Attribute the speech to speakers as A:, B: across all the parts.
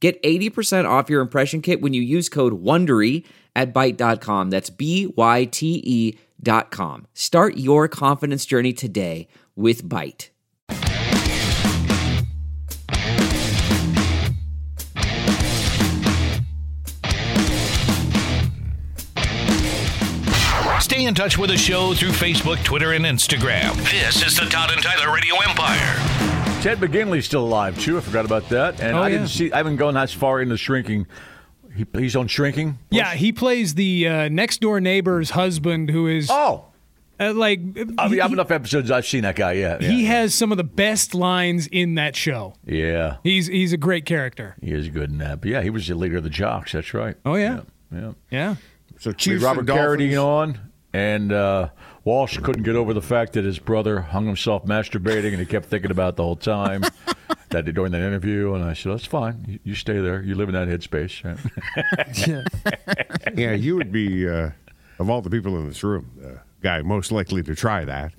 A: Get 80% off your impression kit when you use code WONDERY at Byte.com. That's b y t e dot com. Start your confidence journey today with Byte.
B: Stay in touch with the show through Facebook, Twitter, and Instagram. This is the Todd and Tyler Radio Empire.
C: Ted McGinley's still alive too. I forgot about that, and
D: Oh,
C: I
D: yeah.
C: didn't see. I haven't gone as far into shrinking. He, he's on shrinking.
D: Yeah, he plays the uh, next door neighbor's husband, who is
C: Oh,
D: uh, like
C: I mean,
D: he,
C: I've enough episodes. I've seen that guy. Yeah, yeah,
D: he has some of the best lines in that show.
C: yeah.
D: He's he's a great character.
C: He is good in that. But yeah, he was the leader of the jocks. That's right.
D: Oh yeah,
C: yeah. yeah.
D: yeah.
E: So
C: We
E: Chiefs
C: Robert
E: and Dolphins.
C: Carradine on, and uh, Walsh couldn't get over the fact that his brother hung himself masturbating, and he kept thinking about it the whole time. That during that interview, and I said, "That's fine. You, you stay there. You live in that headspace."
E: Yeah, you would be uh, of all the people in this room, the guy most likely to try that.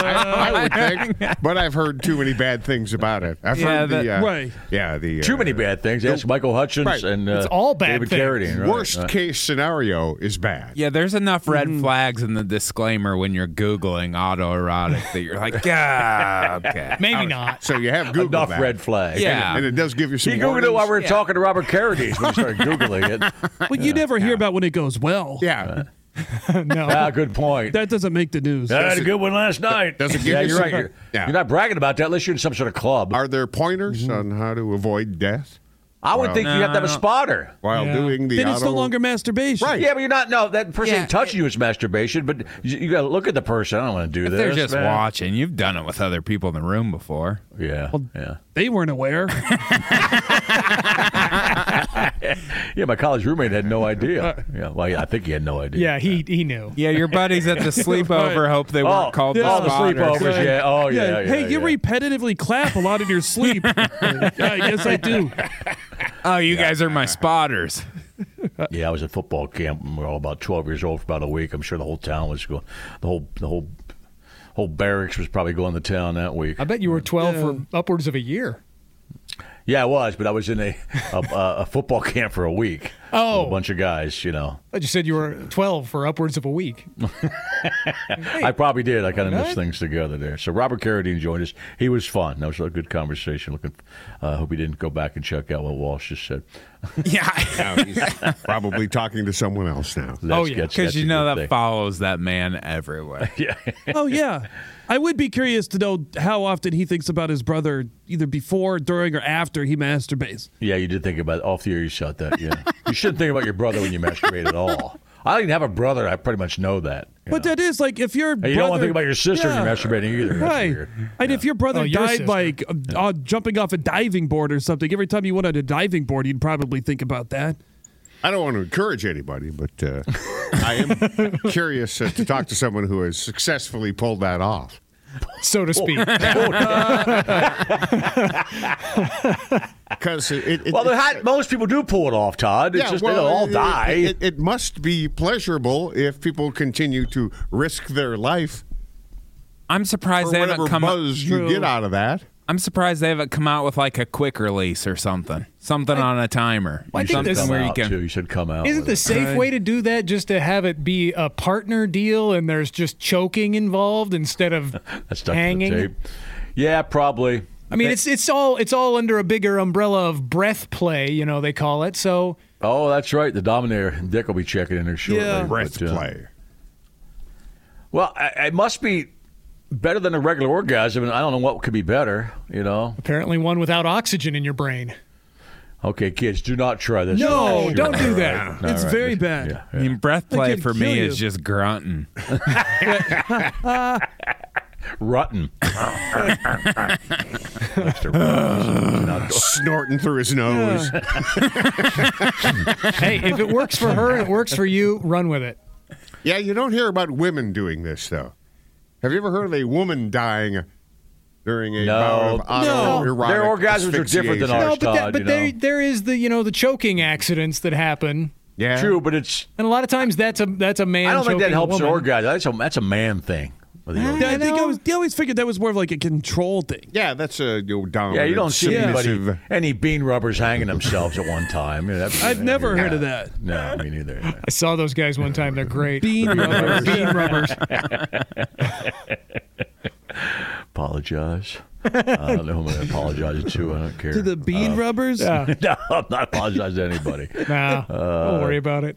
E: I, I would think, but I've heard too many bad things about it. I've
D: Yeah,
E: heard the
D: that-
E: uh,
D: right.
E: yeah the
C: Too
E: uh,
C: many bad things. That's Michael Hutchins
E: Right.
C: and uh,
D: It's all bad
C: David
D: things.
C: Carradine. right,
E: Worst
C: right.
E: case scenario is bad.
F: Yeah, there's enough red flags in the disclaimer when you're Googling autoerotic that you're like, yeah, okay.
D: Maybe not.
E: So you have Google
C: Enough
E: that.
C: red flag.
F: Yeah.
E: and it does give you
C: He
E: some.
C: Googled it while we
E: warnings.
C: were talking to Robert Carradine when we started Googling it.
G: Well, you never hear about when it goes well.
E: Yeah,
D: no,
C: Ah, good point.
G: That doesn't make the news.
C: I had a good one last night.
E: does it give
C: yeah,
E: you
C: you're
E: some-
C: right. You're,
E: Yeah.
C: you're not bragging about that unless you're in some sort of club.
E: are there pointers on how to avoid death
C: I would think you have to have a spotter.
E: while doing the?
G: then
E: auto...
G: it's no longer masturbation.
E: Right.
C: Yeah, but you're not. No, that person ain't touching you is masturbation. But you, you got to look at the person. I don't want to do
F: If
C: this.
F: they're just
C: man.
F: watching. You've done it with other people in the room before.
C: Yeah, yeah,
G: They weren't aware.
C: yeah. My college roommate had no idea. Yeah, well, yeah, I think he had no idea.
D: yeah, he he knew.
F: Yeah, your buddies at the sleepover hope they
C: Oh,
F: weren't called
C: yeah. all
F: the
C: the
F: spotters.
C: sleepovers. Yeah. Oh, yeah. yeah,
G: hey, you
C: yeah.
G: repetitively clap a lot in your sleep. yeah, yes, I do.
F: Oh, you guys are my spotters.
C: Yeah, I was at football camp, and we were all about twelve years old for about a week. I'm sure the whole town was going. The whole, the whole, whole barracks was probably going to town that week.
D: I bet you were twelve for upwards of a year.
C: Yeah, I was, but I was in a a, a, a football camp for a week.
D: Oh.
C: with a bunch of guys, you know.
D: I just said you were twelve for upwards of a week.
C: I probably did. I kind of mixed things together there. So Robert Carradine joined us. He was fun. That was a good conversation. Looking, I hope he didn't go back and check out what Walsh just said.
F: Yeah.
E: Now he's probably talking to someone else now.
C: That's-
D: Oh, yeah.
C: that's-
F: Because
C: that's
F: you
C: a
F: know
C: good
F: that
C: thing.
F: follows that man everywhere.
G: Oh yeah, I would be curious to know how often he thinks about his brother, either before, during, or after he masturbates.
C: Yeah, you did think about it. off the air. You shot that. Yeah, you shouldn't think about your brother when you masturbate at all. I don't even have a brother. I pretty much know that. you
G: But
C: know.
G: that is like if your
C: And you don't want to think about
G: brother-
C: your sister when
G: Yeah.
C: you're masturbating either. That's
G: Right.
C: weird.
G: And if your brother
D: Oh, your
G: died
D: sister.
G: like uh, uh, jumping off a diving board or something, every time you went on a diving board, you'd probably think about that.
E: I don't want to encourage anybody, but uh, I am curious uh, to talk to someone who has successfully pulled that off.
D: so to speak.
E: Because it, it,
C: Well,
E: it-
C: the hot, most people do pull it off, Todd. It's just they
E: well,
C: don't all
E: it-
C: die.
E: It, it- it must be pleasurable if people continue to risk their life
F: I'm surprised
E: for
F: they
E: whatever
F: haven't come up.
E: buzz you get out of that.
F: I'm surprised they haven't come out with like a quick release or something. Something on a timer.
D: I think
F: something
D: this-
C: come
F: where you
C: out,
F: can
C: too. You should come out.
D: Isn't
C: with
D: the
C: it.
D: safe way to do that just to have it be a partner deal and there's just choking involved instead of
C: That's stuck to the
D: hanging?
C: tape. Yeah, probably.
D: I mean, it's it's all it's all under a bigger umbrella of breath play, you know they call it. So
C: Oh, that's right. The Dominator and Dick will be checking in there shortly.
G: Yeah.
C: but,
E: Breath
C: uh,
E: play.
C: Well, I, it must be better than a regular orgasm, and I don't know what could be better. You know?
D: apparently, one without oxygen in your brain.
C: Okay, kids, do not try this.
D: No,
C: Sure.
D: don't do
C: All
D: that.
C: right. All
G: it's
C: right.
G: very bad.
C: Yeah,
F: I
C: yeah.
F: mean, breath play
G: could
F: for
G: kill
F: me
G: you.
F: is just grunting.
C: Rotten. Mr. Rotten. Not-
E: snorting through his nose.
D: hey, if it works for her and it works for you, run with it.
E: Yeah, you don't hear about women doing this though. Have you ever heard of a woman dying during a
C: No.
E: bout of autoerotic
C: Their orgasms are different than
E: asphyxiation?
C: ours.
D: No, but,
C: Todd,
D: that, but
C: you
D: there,
C: know.
D: there is the you know the choking accidents that happen,
E: Yeah,
C: True, but it's.
D: and a lot of times that's a that's a man.
C: I don't think that
D: choking a
C: helps an
D: woman.
C: orgasm. That's a that's a man thing.
G: Yeah, I think I was, they always figured that was more of like a control thing.
E: Yeah, that's a you know, dominant.
C: Yeah, you don't see anybody
E: submissive-
C: any bean rubbers hanging themselves at one time. Yeah, that's-
G: I've never heard of that.
C: No, me neither.
D: I saw those guys one time. They're great.
G: Bean rubbers.
D: Bean rubbers.
C: Apologize. I don't know who I'm going to apologize to. I don't care.
G: The
C: Uh,
G: bean rubbers?
D: Yeah.
C: no, I'm not apologizing to anybody.
D: Nah, don't worry about it.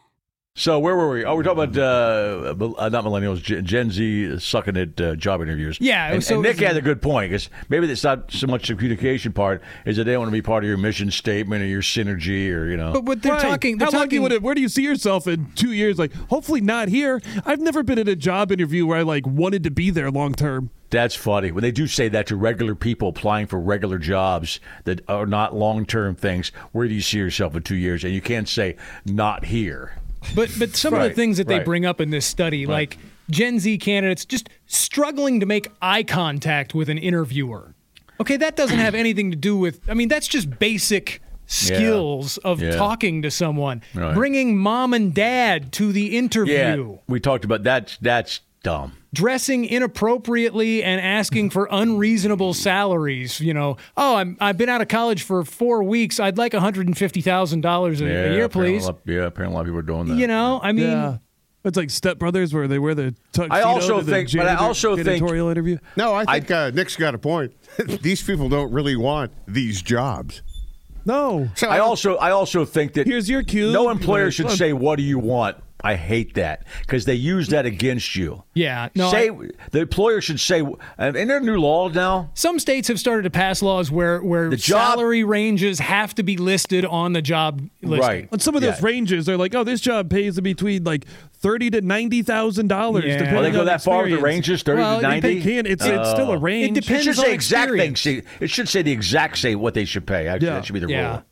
C: So where were we? Oh, we're talking about uh, mil- uh, not millennials, Gen, Gen Z sucking at uh, job interviews.
D: Yeah,
C: and,
D: so-
C: and Nick had a good point because maybe it's not so much the communication part is that they want to be part of your mission statement or your synergy or you know.
D: But what they're
G: Right.
D: talking, they're
G: How lucky
D: talking.
G: would it? Where do you see yourself in two years? Like, hopefully not here. I've never been at a job interview where I like wanted to be there long term.
C: That's funny when they do say that to regular people applying for regular jobs that are not long term things. Where do you see yourself in two years? And you can't say not here.
D: But but some of the
C: Right,
D: things that they
C: right.
D: bring up in this study, like Gen Z candidates just struggling to make eye contact with an interviewer. Okay, that doesn't have anything to do with. I mean, that's just basic skills of
C: Yeah.
D: talking to someone.
C: Right.
D: Bringing mom and dad to the interview,
C: Yeah, we talked about that. That's dumb.
D: dressing inappropriately and asking for unreasonable salaries. You know, oh, I'm I've been out of college for four weeks. I'd like one hundred and fifty thousand dollars a
C: Yeah,
D: year,
C: apparently a
D: please.
C: lot- yeah, apparently a lot of people are doing that.
D: You know, I mean.
G: Yeah. It's like Step Brothers where they wear the tuxedo.
C: I also
G: to the
C: think- but I
G: janitor-
C: also think-
G: editorial interview.
E: No, I think uh, Nick's got a point. these people don't really want these jobs.
G: No,
E: So
C: I also I also think that
G: Here's your cue.
C: No employer
G: Like,
C: should
G: look.
C: say what do you want. I hate that because they use that against you.
D: Yeah, no,
C: say
D: I-
C: the employer should say, and there are new laws now.
D: Some states have started to pass laws where where
C: The job-
D: salary ranges have to be listed on the job listing.
C: Right.
G: And some of those
C: Yeah.
G: ranges are like, oh, this job pays in between like thirty to ninety thousand dollars.
D: Yeah.
G: depending
C: Well, they go
G: on
C: that far with the
G: experience.
C: ranges, thirty
D: Well,
C: to
D: they
C: ninety.
G: They can. It's it's
C: Uh,
G: still a range.
D: It
C: It
D: depends
C: should
D: on
C: say exact thing.
D: experience.
C: See, it should say the exact say what they should pay. Actually,
G: Yeah.
C: that should be the
D: Yeah.
C: rule.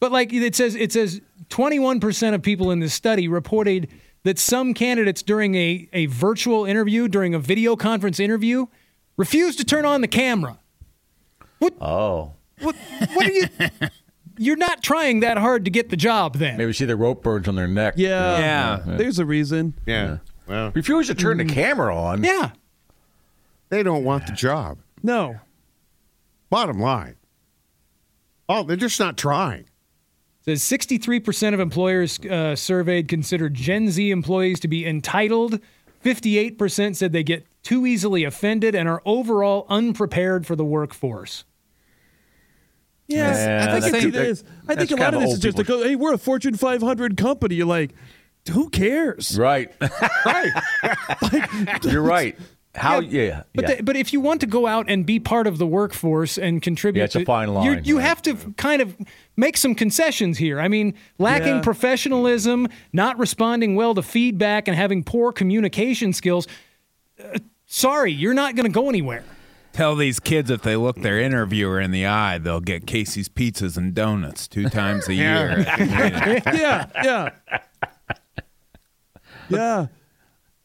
D: But like it says, it says 21% of people in this study reported that some candidates during a, a virtual interview, during a video conference interview, refused to turn on the camera.
C: Oh,
D: What, what are you? You're not trying that hard to get the job then.
C: maybe see the rope burns on their neck. Oh,
G: Yeah.
F: Yeah.
G: There's a reason.
E: yeah. Well,
C: Refuse to turn the camera on.
D: Yeah.
E: they don't want the job.
G: No.
E: Bottom line. Oh, they're just not trying.
D: Says 63% of employers uh, surveyed consider Gen Z employees to be entitled. 58% said they get too easily offended and are overall unprepared for the workforce.
G: Yes,
C: Yeah,
G: I
C: that's-
G: think it
C: that-
G: is. I
C: that's
G: think a
C: kind of
G: lot of this
C: old
G: is just to go. Hey, we're a Fortune 500 company. You're like, who cares?
C: Right.
E: Right.
C: You're right. How? Yeah. Oh, yeah,
D: But, the- but if you want to go out and be part of the workforce and contribute,
C: Yeah, it's a
D: to-
C: fine line,
D: you're- You
C: right.
D: have to f- kind of make some concessions here. I mean, lacking
G: Yeah.
D: professionalism, not responding well to feedback, and having poor communication skills. uh, sorry, you're not going to go anywhere.
F: Tell these kids if they look their interviewer in the eye, they'll get Casey's pizzas and donuts two times a year.
G: yeah, yeah, yeah.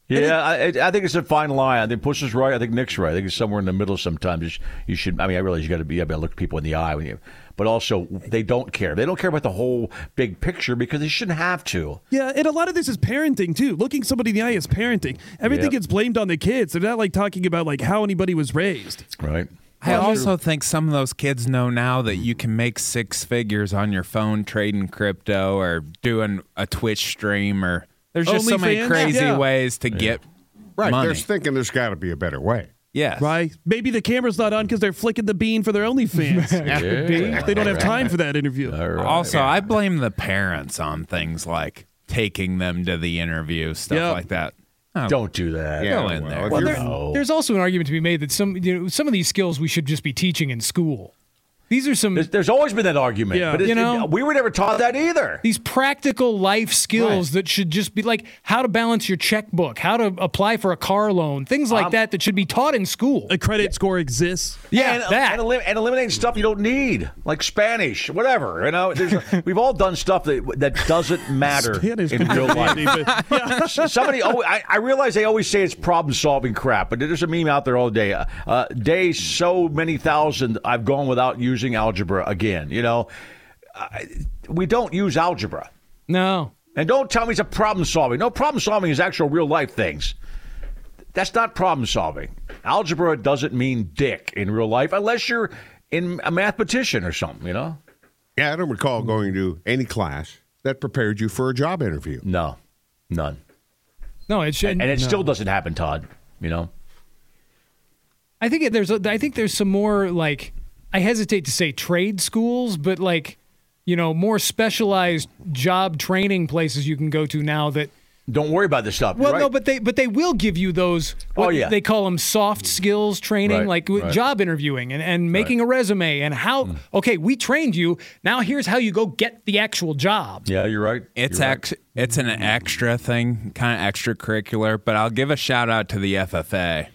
C: Yeah, I, I think it's a fine line. I think Puss is right. I think Nick's right. I think it's somewhere in the middle. Sometimes you, sh- you should. I mean, I realize you got to be able to look people in the eye when you, but also they don't care. They don't care about the whole big picture because they shouldn't have to.
G: Yeah, and a lot of this is parenting too. Looking somebody in the eye is parenting. Everything
C: Yep.
G: gets blamed on the kids. They're not like talking about like how anybody was raised.
C: Right.
F: I also think some of those kids know now that you can make six figures on your phone trading crypto or doing a Twitch stream or there's just so many
G: OnlyFans?
F: crazy
G: Yeah.
F: ways to get
E: Right.
F: money.
E: They're thinking there's got to be a better way.
F: yes.
G: Right? Maybe the camera's not on because they're flicking the bean for their OnlyFans. they don't have time for that interview.
F: Also, I blame the parents on things like taking them to the interview, stuff
G: Yep.
F: like that. Oh,
C: Don't do that.
F: Go in there.
E: Well,
D: there-
C: No.
D: There's also an argument to be made that some you know, some of these skills we should just be teaching in school. These are some
C: There's, there's always been that argument.
G: Yeah.
C: but it's,
D: You know-
C: we were never taught that either.
D: these practical life skills that should just be like how to balance your checkbook, how to apply for a car loan, things
C: Um,
D: like that that should be taught in school.
C: uh,
G: A credit score exists.
D: yeah,
C: and,
D: that.
C: and, elim- and eliminating stuff you don't need, like Spanish, whatever. You know, There's- we've all done stuff that that doesn't matter
G: Spanish
C: in real life.
G: But-
C: S- Somebody, oh, I, I realize they always say it's problem solving crap, but there's a meme out there all day. Uh, uh, day so many thousand, I've gone without using algebra again. You know, I, we don't use algebra,
D: no.
C: and don't tell me it's a problem solving. No, problem solving is actual real life things. That's not problem solving. Algebra doesn't mean dick in real life, unless you're in a mathematician or something. You know,
E: Yeah, I don't recall going to any class that prepared you for a job interview.
C: no, none,
D: No, it shouldn't.
C: and it still doesn't happen, Todd. You know.
D: I think it- there's a, I think there's some more like I hesitate to say trade schools, but like you know more specialized job training places you can go to now that
C: Don't worry about this stuff.
D: well
C: You're
D: no
C: right.
D: but they but they will give you those what
C: Oh, yeah.
D: they call them soft skills training
C: Right,
D: like w
C: right. Mm.
D: job interviewing and, and making a resume and how okay we trained you now here's how you go get the actual job
C: Yeah, you're right.
F: It's
C: You're right.
F: ex- it's an extra thing, kind of extracurricular, but I'll give a shout out to the FFA.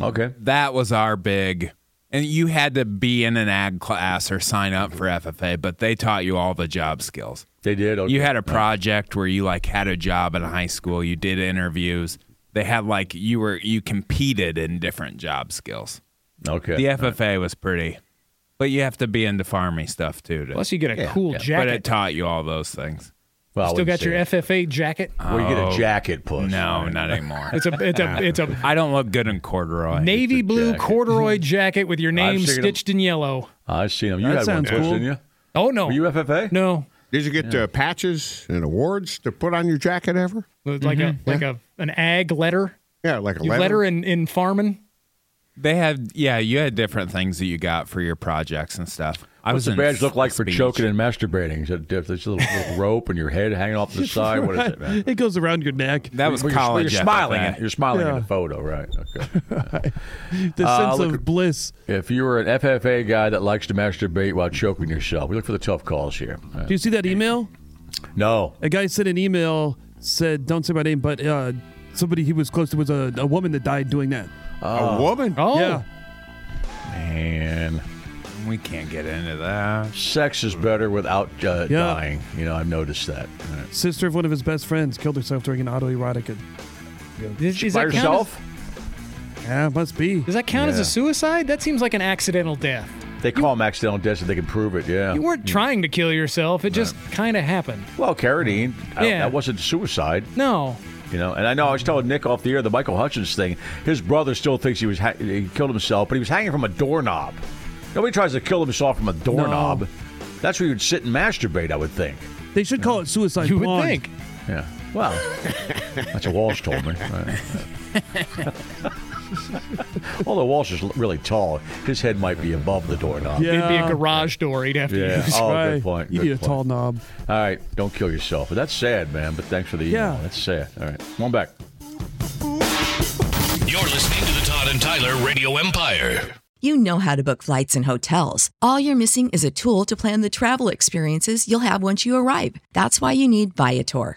C: Okay.
F: That was our big and you had to be in an ag class or sign up for FFA, but they taught you all the job skills.
C: They did. Okay.
F: You had a project where you like had a job in high school, you did interviews. They had like you were you competed in different job skills.
C: okay.
F: The FFA was pretty. But you have to be into farming stuff too to,
D: plus you get a cool
F: but it
D: jacket
F: taught you all those things.
C: Well, I
D: still
C: wouldn't
D: got
C: say
D: your
C: that.
D: FFA jacket
C: Well, you get a jacket push.
F: No, not anymore.
D: it's a it's a it's a
F: I don't look good in corduroy.
D: navy blue
C: jacket.
D: corduroy jacket with your name
C: seen 'em.
D: stitched in yellow.
C: I've seen them. You had
G: That
C: one
G: sounds
C: pushed,
G: cool.
C: didn't you?
D: Oh no,
C: Were you FFA?
D: no,
E: Did you get uh, patches and awards to put on your jacket ever?
D: like a
C: Mm-hmm.
D: like a an ag letter,
E: Yeah, like a
D: You
E: letter.
D: letter in in farming.
F: They had yeah, you had different things that you got for your projects and stuff. I
C: What's
F: was
C: the
F: in
C: badge look like for
F: speech.
C: choking and masturbating? Is it diff- this little, little rope and your head hanging off the side? What is it, man?
G: It goes around your neck.
F: That was
C: Well, you're- well,
F: college.
C: You're, smiling.
F: FFA.
C: At, you're smiling
G: Yeah.
C: in the photo, right? Okay.
G: The sense
C: Uh, look-
G: of bliss.
C: if you were an FFA guy that likes to masturbate while choking yourself, we look for the tough calls here. Uh,
G: Do you see that email?
C: No.
G: A guy sent an email said, "Don't say my name," but uh, somebody he was close to was a, a woman that died doing that.
E: a woman?
D: Oh,
G: Yeah,
C: And
F: We can't get into that.
C: sex is better without uh,
G: Yeah.
C: dying. You know, I've noticed that. All right.
G: sister of one of his best friends killed herself during an autoerotic.
D: Is, is
C: By
D: that count
C: yourself?
G: Yeah, must be.
D: as, does that count as a suicide? That seems like an accidental death.
C: They call them accidental deaths if they can prove it. Yeah.
D: You weren't trying to kill yourself; it just kind of happened.
C: Well, Carradine, I-
D: Yeah.
C: that wasn't suicide,
D: No,
C: you know. And I know I was telling Nick off the air the Michael Hutchins thing. His brother still thinks he was ha- he killed himself, but he was hanging from a doorknob. Nobody tries to kill himself from a doorknob. That's where you'd sit and masturbate, I would think.
G: They should call it suicide.
D: you would
G: blonde.
D: think.
C: Yeah. Well, that's what Walsh told me. Right. Although Walsh is l- really tall, his head might be above the doorknob.
G: Yeah.
D: It'd be a garage door he'd have to
C: Yeah.
D: use.
C: Oh, good
G: Right.
C: point,
G: You
C: good
G: need a
C: point.
G: tall knob.
C: All right, don't kill yourself. But that's sad, man. But thanks for the email.
G: Yeah.
C: That's sad. All right, one back.
B: You're listening to the Todd and Tyler Radio Empire.
H: You know how to book flights and hotels. All you're missing is a tool to plan the travel experiences you'll have once you arrive. That's why you need Viator.